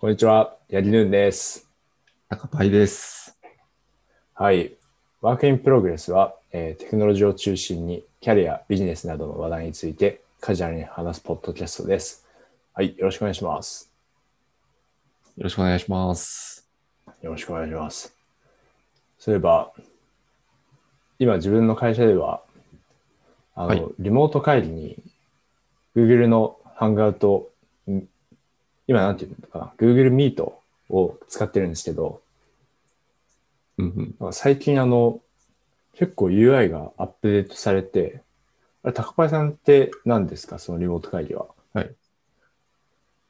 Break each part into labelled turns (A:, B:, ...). A: こんにちは、ヤギヌーンです。
B: 高パイです。
A: はい。ワークインプログレスは、えーテクノロジーを中心にキャリア、ビジネスなどの話題についてカジュアルに話すポッドキャストです。はい。よろしくお願いします。
B: よろしくお願いします。
A: よろしくお願いします。そういえば、今自分の会社では、あの、
B: はい
A: リモート会議に Google のハンガウト、ん今なんていうのかな、Google Meet を使ってるんですけど、
B: うんうん。
A: なんか最近あの、結構 UI がアップデートされて、あれ、高橋さんって何ですかそのリモート会議は。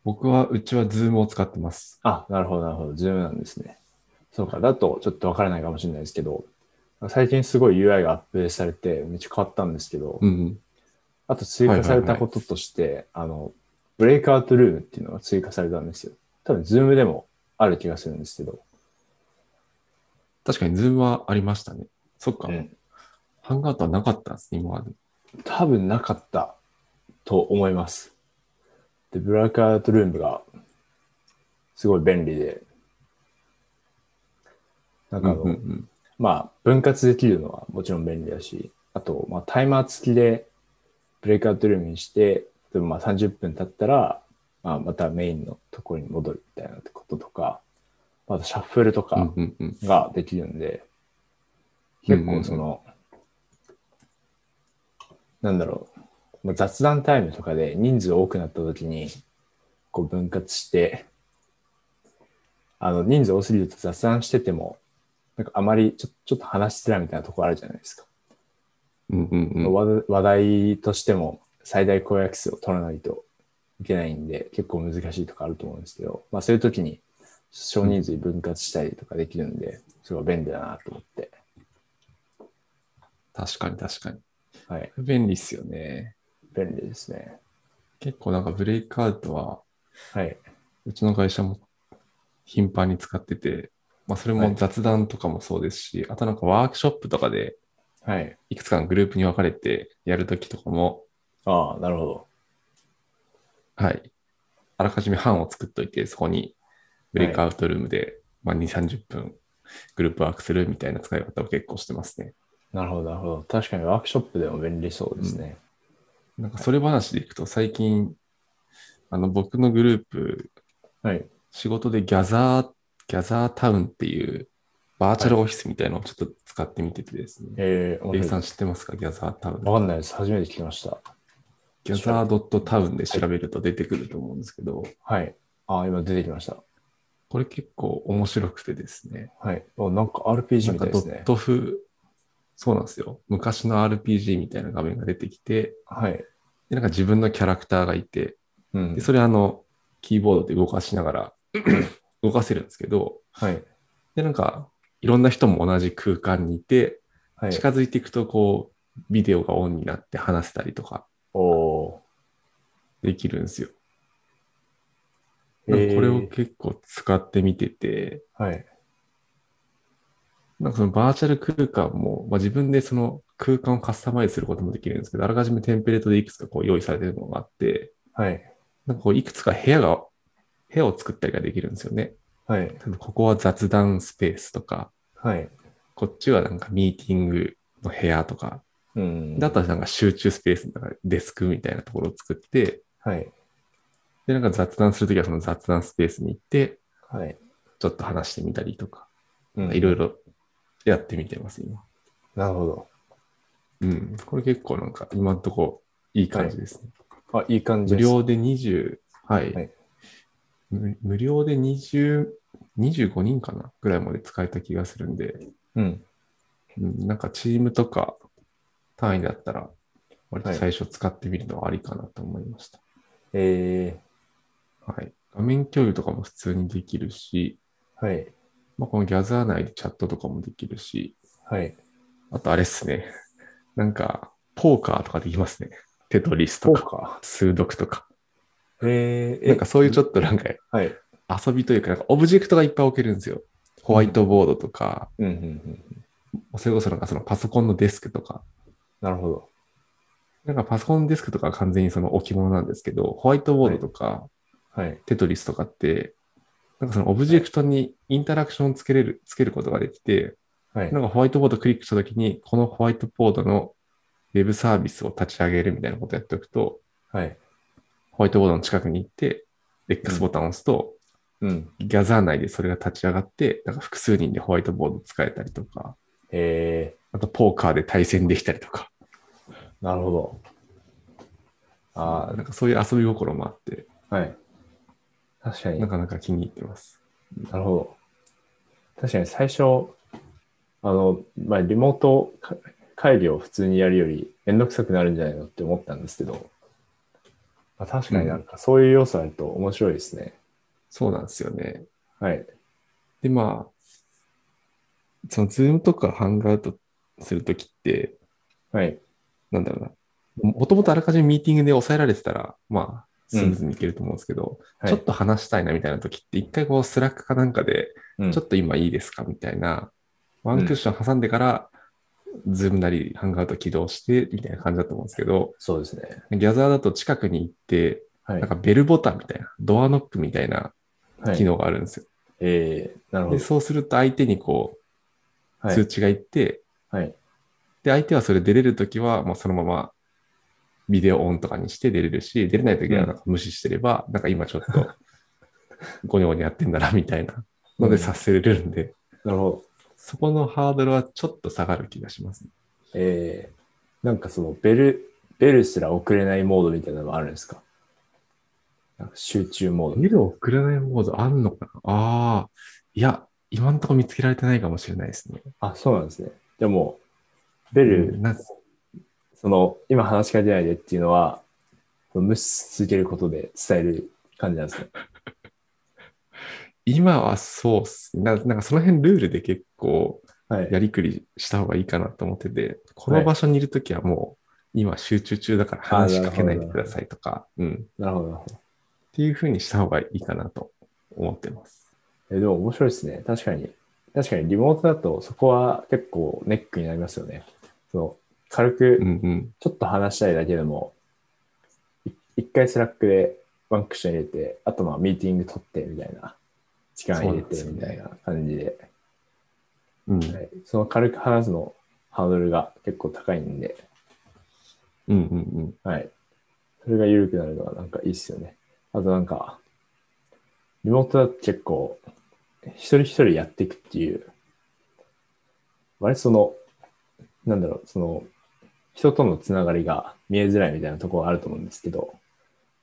B: 僕は、うちは Zoom を使ってます。
A: あ、なるほど、なるほど。ズームなんですね。そうか。だとちょっとわからないかもしれないですけど、最近すごい UI がアップデートされて、めっちゃ変わったんですけど、
B: うんうん。
A: あと追加されたこととして、あの、ブレイクアウトルームっていうのが追加されたんですよ。多分、ズームでもある気がするんですけど。
B: 確かに Zoom はありましたね。そっか。
A: うん
B: ハンガートはなかったんですね、今まで。
A: 多分なかったと思います。で、ブラックアウトルームがすごい便利で、なんかあの、
B: うんうんうん。
A: まあ、分割できるのはもちろん便利だし、あと、まあ、タイマー付きでブレイクアウトルームにして、例えばまあ30分経ったら、まあ、またメインのところに戻るみたいなこととか、あとシャッフルとか、
B: うんうんうん。
A: ができるんで、
B: うん
A: 結構その、なんだろう、まあ雑談タイムとかで人数多くなった時に、こう分割して、あの、人数多すぎると雑談してても、なんかあまりちょちょっと話しづらいみたいなところあるじゃないですか。
B: うんうんうん。
A: 話話題としても最大公約数を取らないといけないんで、結構難しいとかあると思うんですけど、まあそういう時に少人数に分割したりとかできるんで、すごい便利だなと思って。
B: 確かに確かに。
A: はい、
B: 便利っすよね。
A: 便利ですね。
B: 結構なんかブレイクアウトは、
A: はい。
B: うちの会社も頻繁に使ってて、まあそれ
A: は
B: も
A: い
B: 雑談とかもそうですし、あとなんかワークショップとかで、
A: はい。
B: いくつかのグループに分かれてやるときとかも、
A: ああ、なるほど。
B: はい。あらかじめ班を作っといて、そこにブレイクアウトルームで、まあ、2、30分グループワークするみたいな使い方を結構してますね。
A: なるほど、なるほど。確かにワークショップでも便利そうですね。
B: なんかそれ話でいくと、最近、あの僕のグループ、
A: はい。
B: 仕事でギャザー、ギャザータウンっていうバーチャルオフィスみたいなのをちょっと使ってみててですね。
A: えー、
B: エ
A: 面
B: イさ
A: 白
B: ん
A: い。
B: 知ってますかギャザータウン。
A: わかんないです。初めて聞きました。
B: ギャザー .town で調べると出てくると思うんですけど、
A: はい。ああ、今出てきました。
B: これ結構面白くてですね。
A: はい。おなんか
B: な
A: RPG
B: ん
A: み
B: か
A: たい
B: ド
A: です
B: ッ
A: ね。
B: ト風、そうなんですよ。昔の RPG みたいな画面が出てきて、
A: はい。
B: でなんか自分のキャラクターがいて、
A: うん
B: で。それあの、キーボードで動かしながら 動かせるんですけど、
A: はい。
B: で、なんか、いろんな人も同じ空間にいて、
A: はい。
B: 近づいていくと、こう、ビデオがオンになって話せたりとか
A: おお
B: できるんですよ。
A: ー。えー
B: これを結構使ってみてて、
A: はい。
B: なんかそのバーチャル空間も、まあ、自分でその空間をカスタマイズすることもできるんですけど、あらかじめテンプレートでいくつかこう用意されてるものがあって、
A: はい。
B: なんかこういくつか部屋が、部屋を作ったりができるんですよね。
A: はい。
B: 例えばここは雑談スペースとか、
A: はい。
B: こっちはなんかミーティングの部屋とか、
A: うん。
B: だったらなんか集中スペースの中でデスクみたいなところを作って、
A: はい。
B: で、なんか雑談するときはその雑談スペースに行って、
A: はい。
B: ちょっと話してみたりとか、
A: う
B: いろいろやってみてます、今。
A: なるほど。
B: うん。これ結構なんか今んとこいい感じですね。
A: あ、いい感じ
B: 無
A: です。
B: 料で20、はい。
A: はい
B: 無無料で20、25人かなぐらいまで使えた気がするんで、
A: うん。
B: うん、なんかチームとか単位だったら、割と
A: はい
B: 最初使ってみるのはありかなと思いました。
A: え
B: はい。画面共有とかも普通にできるし、
A: ー、はい。
B: まあ、このギャザー内でチャットとかもできるし、
A: はい。
B: あとあれっすね。 なんか、ポーカーとかできますね。テトリス
A: そ
B: と
A: う
B: か、
A: か。
B: 数読とか。
A: えー、え
B: なんかそういうちょっとなんか
A: はい。
B: 遊びというか、なんかオブジェクトがいっぱい置けるんですよ。ホワイトボードとか、
A: うんうんうん。
B: それこそなんかそのパソコンのデスクとか。
A: なるほど。
B: なんかパソコンのデスクとかは完全にその置物なんですけど、ホワイトボードとか、
A: はい。
B: テトリスとかって、なんかそのオブジェクトにインタラクションをつけれる、つけることができて、
A: はい
B: な。んかホワイトボードクリックしたときに、このホワイトボードのウェブサービスを立ち上げるみたいなことをやっておくと、
A: はい。
B: ホワイトボードの近くに行って、X ボタンを押すと、
A: うん。
B: ギャザー内でそれが立ち上がって、なんか複数人でホワイトボード使えたりとか、
A: え
B: あとポーカーで対戦できたりとか、
A: ー、なるほど。あ
B: なんかそういう遊び心もあって、
A: あ、はい。確かに
B: なかなか気に入ってます。
A: なるほど。確かに最初、あの、まあ、リモートか会議を普通にやるよりめんどくさくなるんじゃないのって思ったんですけど、まあ、確かになんかそういう要素あると面白いですね。
B: そうなんですよね。
A: はい。
B: で、まあ、そのズームとかハンガーとするときって、
A: はい。
B: なんだろうな、もともとあらかじめミーティングで抑えられてたら、まあ、スムーズにいけると思うんですけど、
A: はい、
B: ちょっと話したいなみたいなときって、一回こう、スラックかなんかで、
A: うん
B: ちょっと今いいですかみたいな、ワンクッション挟んでから、ズームなりハンガーウト起動してみたいな感じだと思うんですけど、
A: そうですね。
B: ギャザーだと近くに行って、
A: はい
B: なん。かベルボタンみたいな、ドアノックみたいな
A: はい
B: 機能があるんですよ。
A: えー、なるほ
B: で、
A: ど。
B: そうすると相手にこう、
A: は
B: 通
A: い。
B: 知が行って、
A: はい。
B: で、相手はそれ出れるときは、もうそのままビデオオンとかにして出れるし、出れないときはなんか無視してれば、なんか今ちょっと、ゴニョゴニョやってんだな、みたいなのでさせれるんで、
A: なるほど。
B: そこのハードルはちょっと下がる気がしますね。
A: えー、なんかそのベル、ベルすら送れないモードみたいなのもあるんですかなんか集中モード。
B: ビデオ送らないモードあんのかなああ、いや、今んとこ見つけられてないかもしれないですね。
A: あ、そうなんですね。でも、ベル、
B: うんなんか
A: その、今話しかけないでっていうのは、無視し続けることで伝える感じなんですね。
B: 今はそうっすな。なんかその辺ルールで結構
A: はい。
B: やりくりした方がいいかなと思ってて、この場所にいるときはもう今集中中だから話しかけないでくださいとか、うん。
A: なるほど、なるほど。
B: っていうふうにした方がいいかなと思ってます。
A: え、でも面白いですね。確かに。確かにリモートだとそこは結構ネックになりますよね。その、軽
B: う
A: く
B: んうん。
A: ちょっと話したいだけでも、い一回スラックでワンクッション入れて、あとまあミーティング取ってみたいな、時間入れて
B: そうな
A: み
B: んですよね
A: たいな感じで、
B: うん。
A: はい、その軽く話すのハードルが結構高いんで、
B: うんうんうん。
A: はい。それが緩くなるのはなんかいいっすよね。あとなんか、リモートだと結構、一人一人やっていくっていう、割とその、なんだろう、その、人とのつながりが見えづらいみたいなところがあると思うんですけど、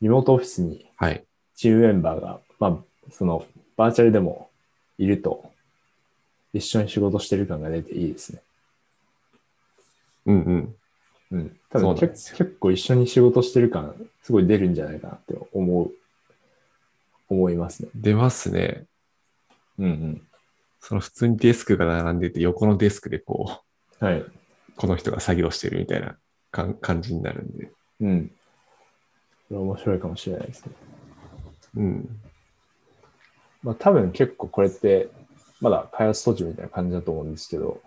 A: リモートオフィスに
B: はい。
A: チームメンバーが、まあ、その、バーチャルでもいると、一緒に仕事してる感が出ていいですね。
B: うんうん。
A: うん、多
B: そう
A: 分
B: なんです
A: 結結構一緒に仕事してる感、すごい出るんじゃないかなって思う、思いますね。
B: 出ますね。
A: うん
B: その普通にデスクが並んでて、横のデスクでこ
A: う
B: う、
A: ん。はい。
B: この人が作業してるみたいな感感じになるんで。
A: うん。それ面白いかもしれないですね。
B: うん。
A: まあ多分結構これって、まだ開発途中みたいな感じだと思うんですけど、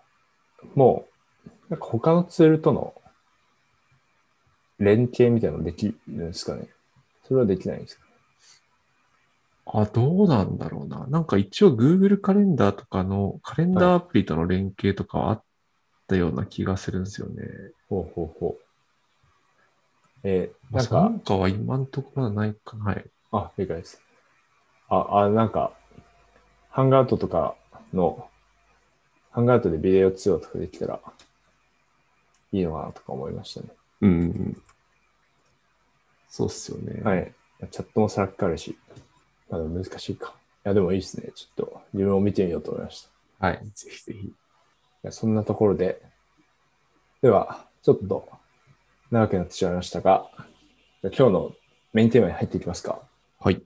A: もう、なんか他のツールとの連携みたいなのできるんですかね。それはできないんですか
B: あ、どうなんだろうな。なんか一応 Google カレンダーとかのカレンダーアプリとの連携とかはあったような気がするんですよね。
A: ほうほうほう。えーな
B: まあ
A: ん
B: そな
A: か
B: ん、かは今のところはないか。はい。
A: あ、理解です。あ、あ、なんか、ハンガーアウトとかの、ハンガーアウトでビデオ通話とかできたらいいのかなとか思いましたね。
B: うんうんうん。そうっすよね。。
A: はいい。チャットもスラックあるし、まあでも難しいか。いや、でもいいですね。ちょっと自分を見てみようと思いました。い
B: はい。ぜひぜひ。
A: や、そんなところで、では、ちょっと長くなってしまいましたが、じゃあ今日のメインテーマに入っていきますか。
B: はい。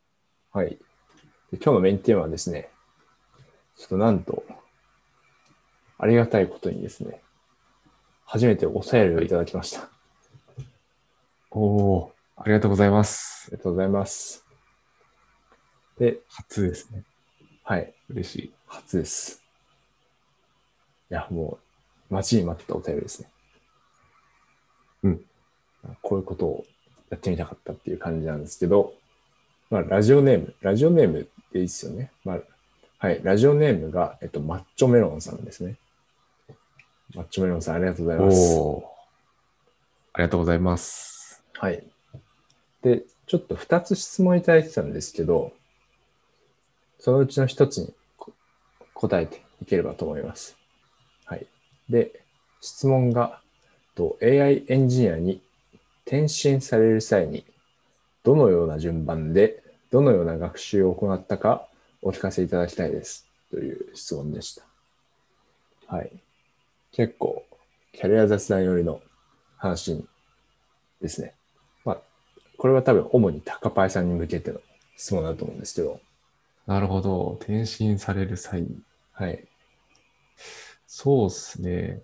A: はい。で今日のメインテーマはですね、ちょっとなんと、ありがたいことにですね、初めてお便りをいただきました。あ
B: おおー、ありがとうございます。
A: りがとうございます。で、
B: 初ですね。
A: はい、
B: 嬉しい。
A: 初です。いや、もう、待ちに待ったお便りですね。
B: うん。
A: こういうことをやってみたかったっていう感じなんですけど、まあ、ラジオネーム、ラジオネームでいいっすよね。まあ、はい。ラジオネームが、えっと、マッチョメロンさんですね。マッチョメロンさん、ありがとうござい
B: お
A: ます。
B: お。ありがとうございます。
A: はい。で、ちょっと2つ質問いただいてたんですけど、そのうちの1つにこ答えていければと思います。はい。で、質問が、と AI エンジニアに転身される際に、どのような順番で、どのような学習を行ったかお聞かせいただきたいです。という質問でした。はい。結構、キャリア雑談寄りの話にですね。まあ、これは多分主に高パイさんに向けての質問だと思うんですけど、
B: なるほど。転身される際に。
A: はい。
B: そうですね。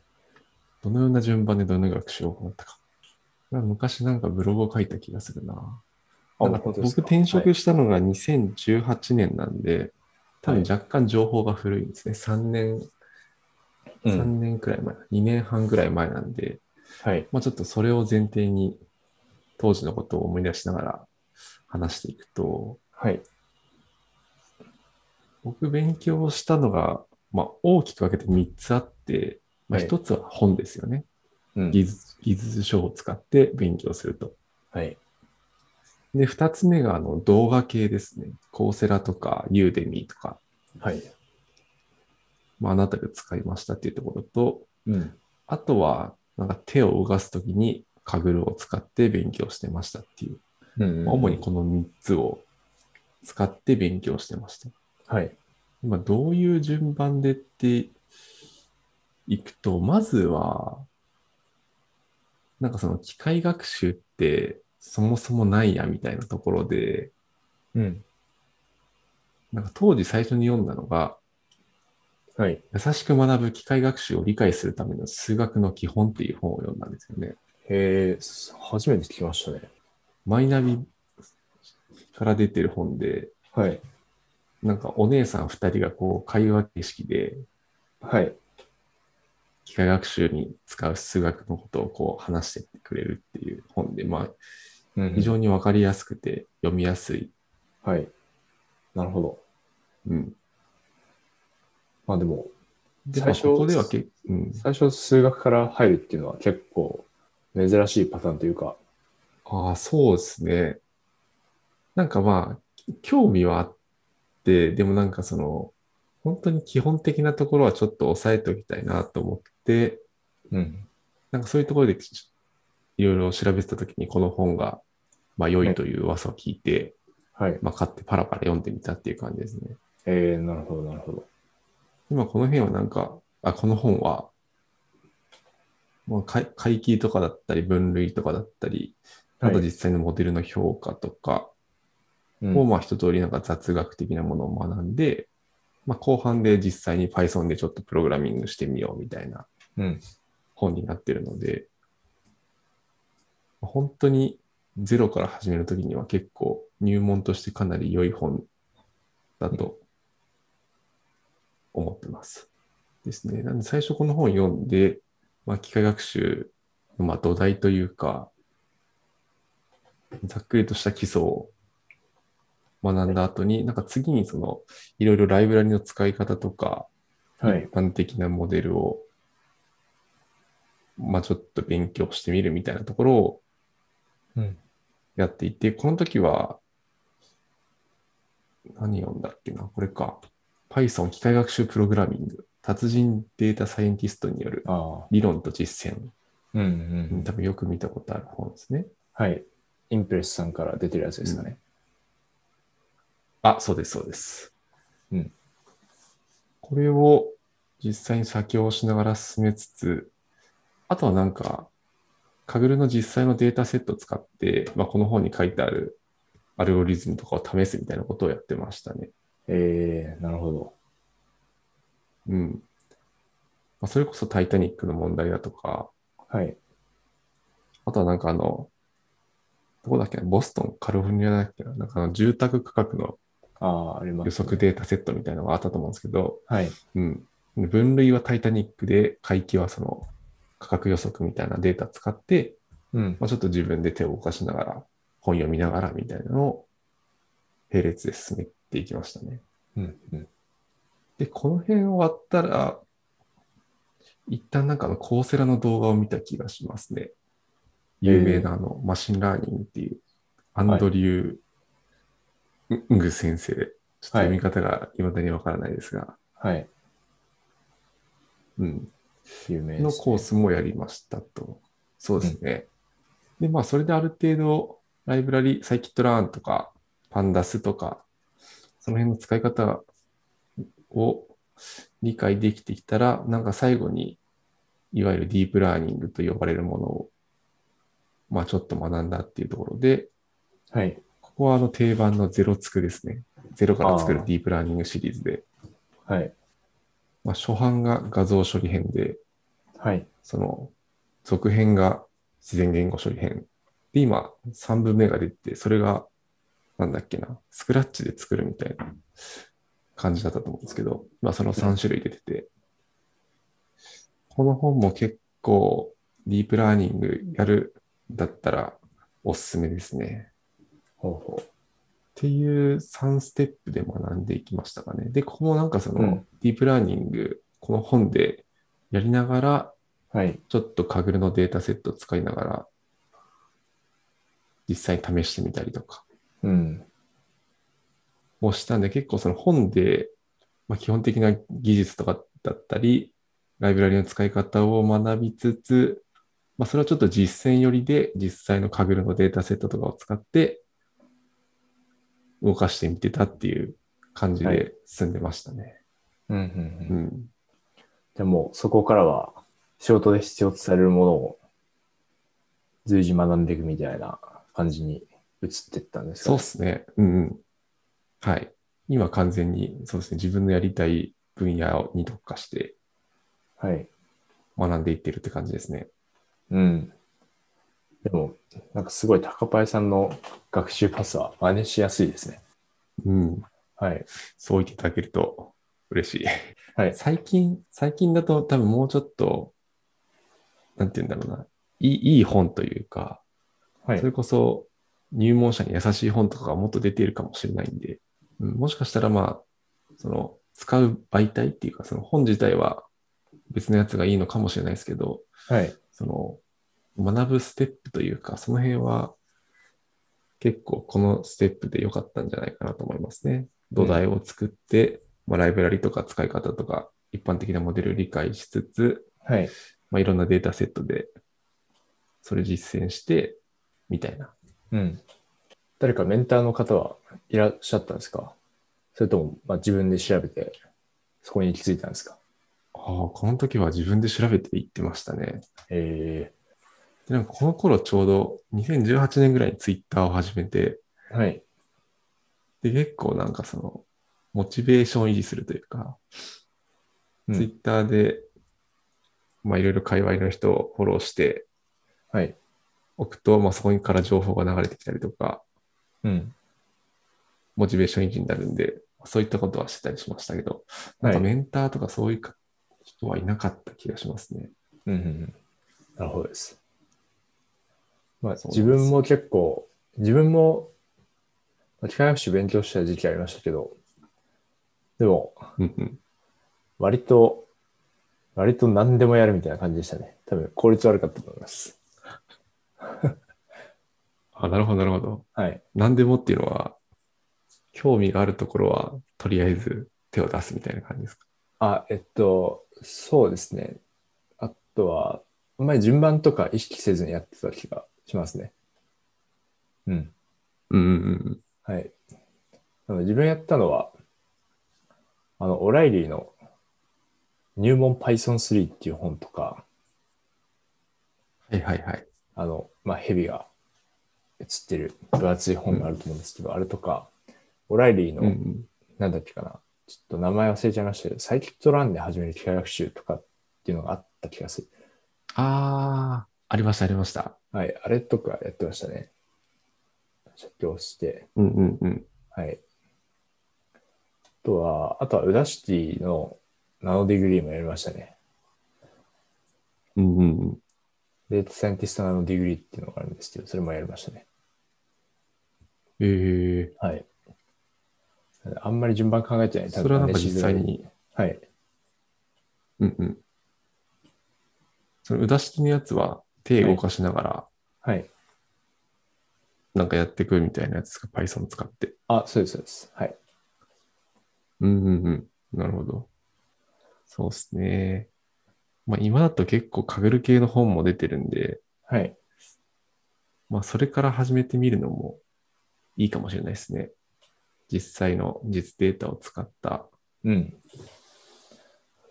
B: どのような順番でどのような学習を行ったか。これは昔なんかブログを書いた気がするな。なん
A: 本当
B: か僕
A: ですか
B: 転
A: は
B: 職
A: い
B: したのが2018年なんで、多分
A: はい
B: 若干情報が古いんですね。3年、
A: う
B: 3
A: ん
B: 年くらい前、2年半くらい前なんで、
A: はい。
B: まあ、ちょっとそれを前提に当時のことを思い出しながら話していくと、
A: はい。
B: 僕勉強したのが、まあ、大きく分けて3つあって、まあ、
A: はい
B: 1つは本ですよね。
A: うん
B: 技術技術書を使って勉強すると。
A: はい。
B: で、2つ目があの動画系ですね。コーセラとかユーデミーとか、
A: はい。
B: まあ、あなたが使いましたっていうところと、
A: うん。
B: あとはなんか手を動かすときにカグルを使って勉強してましたっていう、
A: うん
B: まあ主に。この3つを使って勉強してました。
A: はい。
B: 今どういう順番でっていくと、まずは、なんかその機械学習ってそもそもないやみたいなところで、
A: うん。
B: なんか当時最初に読んだのが、
A: はい。
B: 優しく学ぶ機械学習を理解するための数学の基本っていう本を読んだんですよね。
A: へえ、初めて聞きましたね。
B: マイナビから出てる本で、
A: はい。
B: なんかお姉さん二人がこう会話形式で
A: はい。
B: 機械学習に使う数学のことをこう話してくれるっていう本で、まあ
A: うん
B: 非常にわかりやすくて読みやすい。
A: はい。なるほど。
B: うん。
A: まあでも、
B: で、
A: 最初
B: まあここではけ、うん。
A: 最初数学から入るっていうのは結構珍しいパターンというか、
B: ああ、そうですね。なんかまあ、興味はあって、でもなんかその、本当に基本的なところはちょっと抑えておきたいなと思って、
A: うん。
B: なんかそういうところでちいろいろ調べてたときにこの本が、まあ良いという噂を聞いて、
A: はい。
B: まあ買ってパラパラ読んでみたっていう感じですね。
A: えー、なるほど、なるほど。
B: 今この辺はなんか、あ、この本は、まあ、会会計とかだったり、分類とかだったり、あと
A: はい
B: 実際のモデルの評価とか
A: うん
B: を、まあ一通りなんか雑学的なものを学んで、まあ後半で実際に Python でちょっとプログラミングしてみようみたいな
A: うん。
B: 本になってるので、本当にゼロから始めるときには結構入門としてかなり良い本だと思ってます。ですね。なんで最初この本読んで、まあ、機械学習のまあ土台というか、ざっくりとした基礎を学んだ後に、なんか次にそのいろいろライブラリの使い方とか、
A: はい
B: 一。般的なモデルを、まあちょっと勉強してみるみたいなところを
A: うん。
B: やっていて、この時は、何読んだっけな、これか。Python 機械学習プログラミング、達人データサイエンティストによる
A: ああ。
B: 理論と実践。
A: うんう
B: うん
A: ん。
B: 多分よく見たことある本ですね。
A: はい。インプレスさんから出てるやつですかね。
B: あ、そうです、そうです。
A: うん。
B: これを実際に写経をしながら進めつつ、あとはなんか、カグルの実際のデータセットを使って、まあ、この本に書いてあるアルゴリズムとかを試すみたいなことをやってましたね。
A: えー、なるほど。
B: うん。まあ、それこそタイタニックの問題だとか、
A: はい。
B: あとはなんかあの、どこだっけな、ボストン、カリフォルニアだっけな、なんかあの住宅価格の
A: ああ、あります、
B: 予測データセットみたいなのがあったと思うんですけど、
A: はい。
B: うん。分類はタイタニックで、回帰はその価格予測みたいなデータ使って、
A: うん。
B: まあ、ちょっと自分で手を動かしながら、本読みながらみたいなのを並列で進めっていきましたね。
A: うんうん。
B: で、この辺終わったら、一旦なんかあの、コーセラの動画を見た気がしますね。有名なあの、マシンラーニングっていう、アンドリュー・ング先生、ちょっと読み方が未だにわからないですが、
A: はい。
B: うん、
A: 有名です、ね。
B: のコースもやりましたと。そうですね。で、まあ、それである程度、ライブラリ、サイキットラーンとか、パンダスとか、その辺の使い方を理解できてきたら、なんか最後に、いわゆるディープラーニングと呼ばれるものを、まあ、ちょっと学んだっていうところで、
A: はい。
B: ここはあの定番のゼロつくですね。ゼロから作る
A: あー
B: ディープラーニングシリーズで、
A: はい。
B: まあ、初版が画像処理編で、
A: はい。
B: その、続編が自然言語処理編。で、今、3分目が出て、それが、なんだっけな、スクラッチで作るみたいな感じだったと思うんですけど、まあ、その3種類出てて、この本も結構、ディープラーニングやるんだったら、おすすめですね。
A: ほうほ
B: っていう3ステップで学んでいきましたかね。で、ここもなんかその、
A: うん
B: ディープラーニング、この本でやりながら、
A: う。はい。
B: ちょっとカグルのデータセットを使いながら、実際に試してみたりとか
A: うん。
B: もしたんで、結構その本で、まあ、基本的な技術とかだったり、ライブラリの使い方を学びつつ、まあ、それはちょっと実践寄りで、実際のカグルのデータセットとかを使って、動かしてみてたっていう感じ
A: はい
B: で進んでましたね。
A: うんうんうん。
B: うん。
A: でも、そこからは、仕事で必要とされるものを、随時学んでいくみたいな感じに移っていったんですか
B: そうですね。うんうん。はい。今完全に、そうですね。自分のやりたい分野に特化して
A: はい。
B: 学んでいってるって感じですね。
A: うん。でも、なんかすごい高パイさんの学習パスは真似しやすいですね。
B: うん。
A: はい。
B: そう言っていただけると嬉しい。
A: はい
B: 最近、最近だと多分もうちょっと、なんて言うんだろうな。いいいい本というか、
A: はい
B: そ。れこそ入門者に優しい本とかがもっと出ているかもしれないんで、うん、もしかしたらまあ、その使う媒体っていうか、その本自体は別のやつがいいのかもしれないですけど、
A: はい。
B: その学ぶステップというか、その辺は結構このステップで良かったんじゃないかなと思いますね。土台を作って、まあ、ライブラリとか使い方とか一般的なモデルを理解しつつ、
A: はい。
B: まあ、いろんなデータセットでそれ実践してみたいな。
A: うん。誰かメンターの方はいらっしゃったんですかそれとも、まあ、自分で調べて、そこに行き着いたんですか
B: ああ、この時は自分で調べていってましたね。
A: え
B: でなんかこの頃ちょうど2018年ぐらいにツイッターを始めて、
A: えはい。
B: で、結構なんかその、モチベーションを維持するというか、
A: うん
B: ツイッターで、まあいろいろ界隈の人をフォローして
A: はい。
B: おくと、まあそこから情報が流れてきたりとか、
A: うん。
B: モチベーション維持になるんで、そういったことはしてたりしましたけど、な
A: は
B: ん
A: い
B: かメンターとかそういうか人はいなかった気がしますね。
A: うんうんうん。なるほどです。まあ、
B: そうなんです
A: 自分も結構、自分も、まあ機械学習勉強した時期ありましたけど、でも、
B: うんうん。
A: 割と、割と何でもやるみたいな感じでしたね。多分、効率悪かったと思います。
B: あ、なるほど、なるほど。
A: はい。
B: 何でもっていうのは、興味があるところは、とりあえず手を出すみたいな感じですか。
A: あ、えっと、そうですね。あとは、あんまり順番とか意識せずにやってた気がしますね。うん。
B: うんうん
A: はい。あの自分やったのは、あの、オライリーの入門 Python3 っていう本とか、
B: うん。はいはいはい。
A: あの、まあ、ヘビが写ってる分厚い本があると思うんですけど、あれとか、オライリーの、
B: うんうん。
A: なんだっけかな、ちょっと名前忘れちゃいましたけど、サイキットランで始める機械学習とかっていうのがあった気がする。
B: ああ、ありましたありました。
A: はい、あれとかやってましたね。写経して、
B: うんうんうん。
A: はい。あとは、あとは、ウダシティのナノディグリーもやりましたね。
B: うんうんうん。
A: データサイエンティストナノディグリーっていうのがあるんですけど、それもやりましたね。
B: ええ
A: はい。あんまり順番考えてない。
B: それはなんか実際
A: 多分ね。
B: に、
A: 静かはい。
B: うんうん。その、うだしてのやつは手動かしながら、
A: はい。
B: なんかやっていくみたいなやつですか、Python 使って。
A: あ、そうです、そうです。はい。
B: うんうんうん。なるほど。そうですね。まあ今だと結構カグル系の本も出てるんで、
A: はい。
B: まあそれから始めてみるのもいいかもしれないですね。実際の実データを使った
A: うん。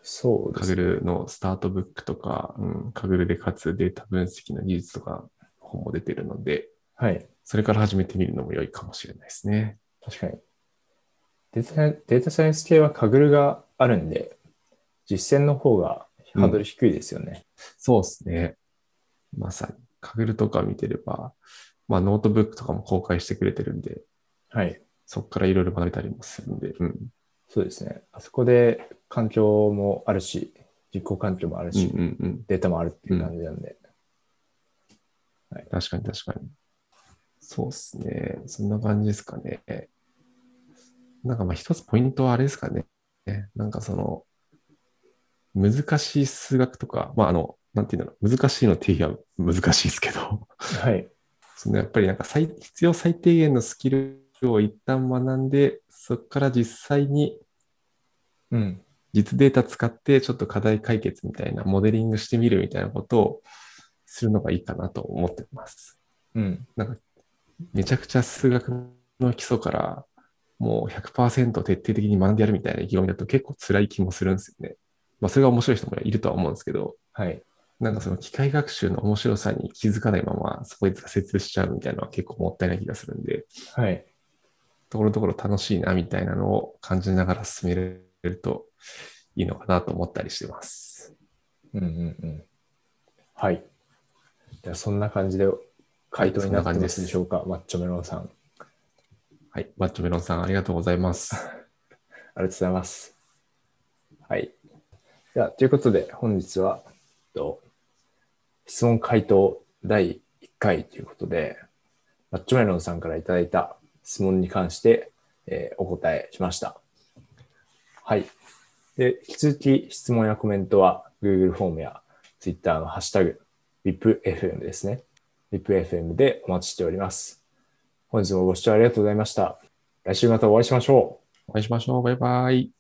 A: そうで
B: カ
A: す
B: グ
A: ね。
B: ルのスタートブックとか、うん、カグルでかつデータ分析の技術とか本も出てるので、
A: はい。
B: それから始めてみるのも良いかもしれないですね。
A: 確かに。データデータサイエンス系はカグルがあるんで、実践の方がハードル低いですよね。
B: そうですね。まさに。カグルとか見てれば、まあノートブックとかも公開してくれてるんで、
A: はい。
B: そこからいろいろ学べたりもするんで、うん。
A: そうですね。あそこで環境もあるし、実行環境もある
B: うんう
A: し、
B: んうん。
A: データもあるっていう感じなんで。
B: 確かに確かに。そうですね。そんな感じですかね。なんかまあ一つポイントはあれですかね。なんかその、難しい数学とか、まああの、なんていうんだろう、難しいの定義は難しいですけど、
A: はい。
B: そのやっぱりなんか最必要最低限のスキルを一旦学んで、そこから実際に
A: うん。
B: 実データ使ってちょっと課題解決みたいな、モデリングしてみるみたいなことをするのがいいかなと思ってます。
A: うん。
B: めちゃくちゃ数学の基礎からもう100%徹底的に学んでやるみたいな意気込みだと結構辛い気もするんですよね。まあそれが面白い人もいるとは思うんですけど、
A: はい。
B: なんかその機械学習の面白さに気づかないままそこで挫折しちゃうみたいなのは結構もったいない気がするんで、
A: はい。
B: ところどころ楽しいなみたいなのを感じながら進めれるといいのかなと思ったりしてます。
A: うんうんうん。はい。じゃあ、そんな感じで回答になってますでしょうか、マッチョメロンさん。あり
B: はい。マッチョメロンさんありがとうございます。
A: がとうございます。はい。じゃあ、ということで、本日は、えっと質問回答第1回ということで、マッチョメロンさんからいただいた質問に関して、えーお答えしました。はい。で、引き続き質問やコメントは Google フォームや Twitter のハッシュタグ、VIPFM ですね。VIPFM でお待ちしております。本日もご視聴ありがとうございました。来週またお会いしましょう。
B: お会いしましょう。バイバイ。